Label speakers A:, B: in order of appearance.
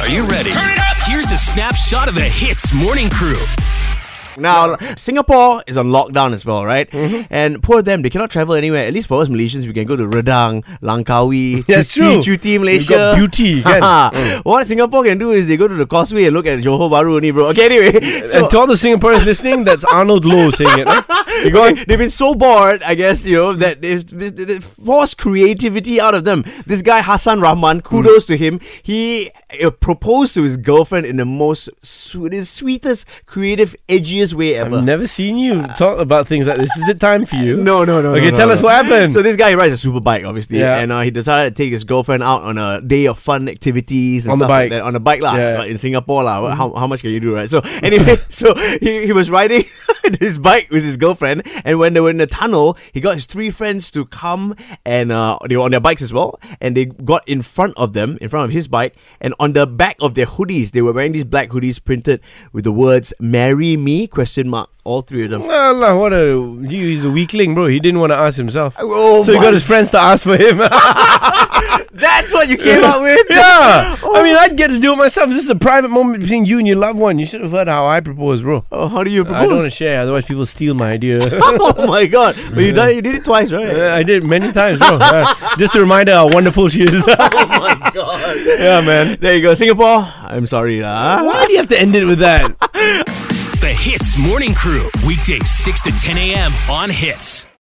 A: Are you ready?
B: Turn it up!
A: Here's a snapshot of the Hits Morning Crew.
C: Now, Singapore is on lockdown as well, right?
B: Mm-hmm.
C: And poor them, they cannot travel anywhere. At least for us Malaysians, we can go to Redang, Langkawi,
B: That's
C: Cuti,
B: true.
C: Cuti,
B: We've
C: Malaysia.
B: got beauty, Mm. can.
C: What Singapore can do is they go to the causeway and look at Johor Bahru only, bro. Okay, anyway. So,
B: and to all the Singaporeans listening, that's Arnold Lowe saying it. Right? You go on.
C: They've been so bored, I guess, you know, that they've, they forced creativity out of them. This guy, Hassan Rahman,
B: Mm.
C: kudos to him. He uh, proposed to his girlfriend in the most sweetest, sweetest, creative, edgiest way ever.
B: I've never seen you talk about things like this. Is it time for you?
C: No, no, no.
B: Okay,
C: no,
B: tell
C: no,
B: us
C: no.
B: what happened.
C: So this guy he rides a super bike, obviously,
B: Yeah.
C: and uh, he decided to take his girlfriend out on a day of fun activities and
B: On the
C: stuff like
B: bike.
C: that. on a bike lah,
B: Yeah. Mm-hmm.
C: uh, in Singapore lah. How, how much can you do, right? So anyway, so he, he was riding his bike with his girlfriend, and when they were in the tunnel, he got his three friends to come, and uh, they were on their bikes as well, and they got in front of them, in front of his bike, and on the back of their hoodies, they were wearing these black hoodies printed with the words "Marry Me?" question mark. All three of them.
B: Allah, what a he- he's a weakling, bro. He didn't want to ask himself,
C: Oh
B: so he
C: my-
B: got his friends to ask for him.
C: That's what you came up with.
B: yeah, I mean, I'd get to do it myself. This is a private moment between you and your loved one. You should have heard how I proposed, bro.
C: Oh, how do you
B: I don't want to
C: propose?
B: share, otherwise people steal my idea.
C: oh my god! But you done, you did it twice, right?
B: Uh, I did many times, bro. Yeah. Just to remind her how wonderful she is.
C: Oh my god!
B: yeah, man.
C: There you go, Singapore. I'm sorry, ah. lah.
B: Why do you have to end it with that?
A: The Hits Morning Crew. Weekdays 6 to 10 a.m. on Hits.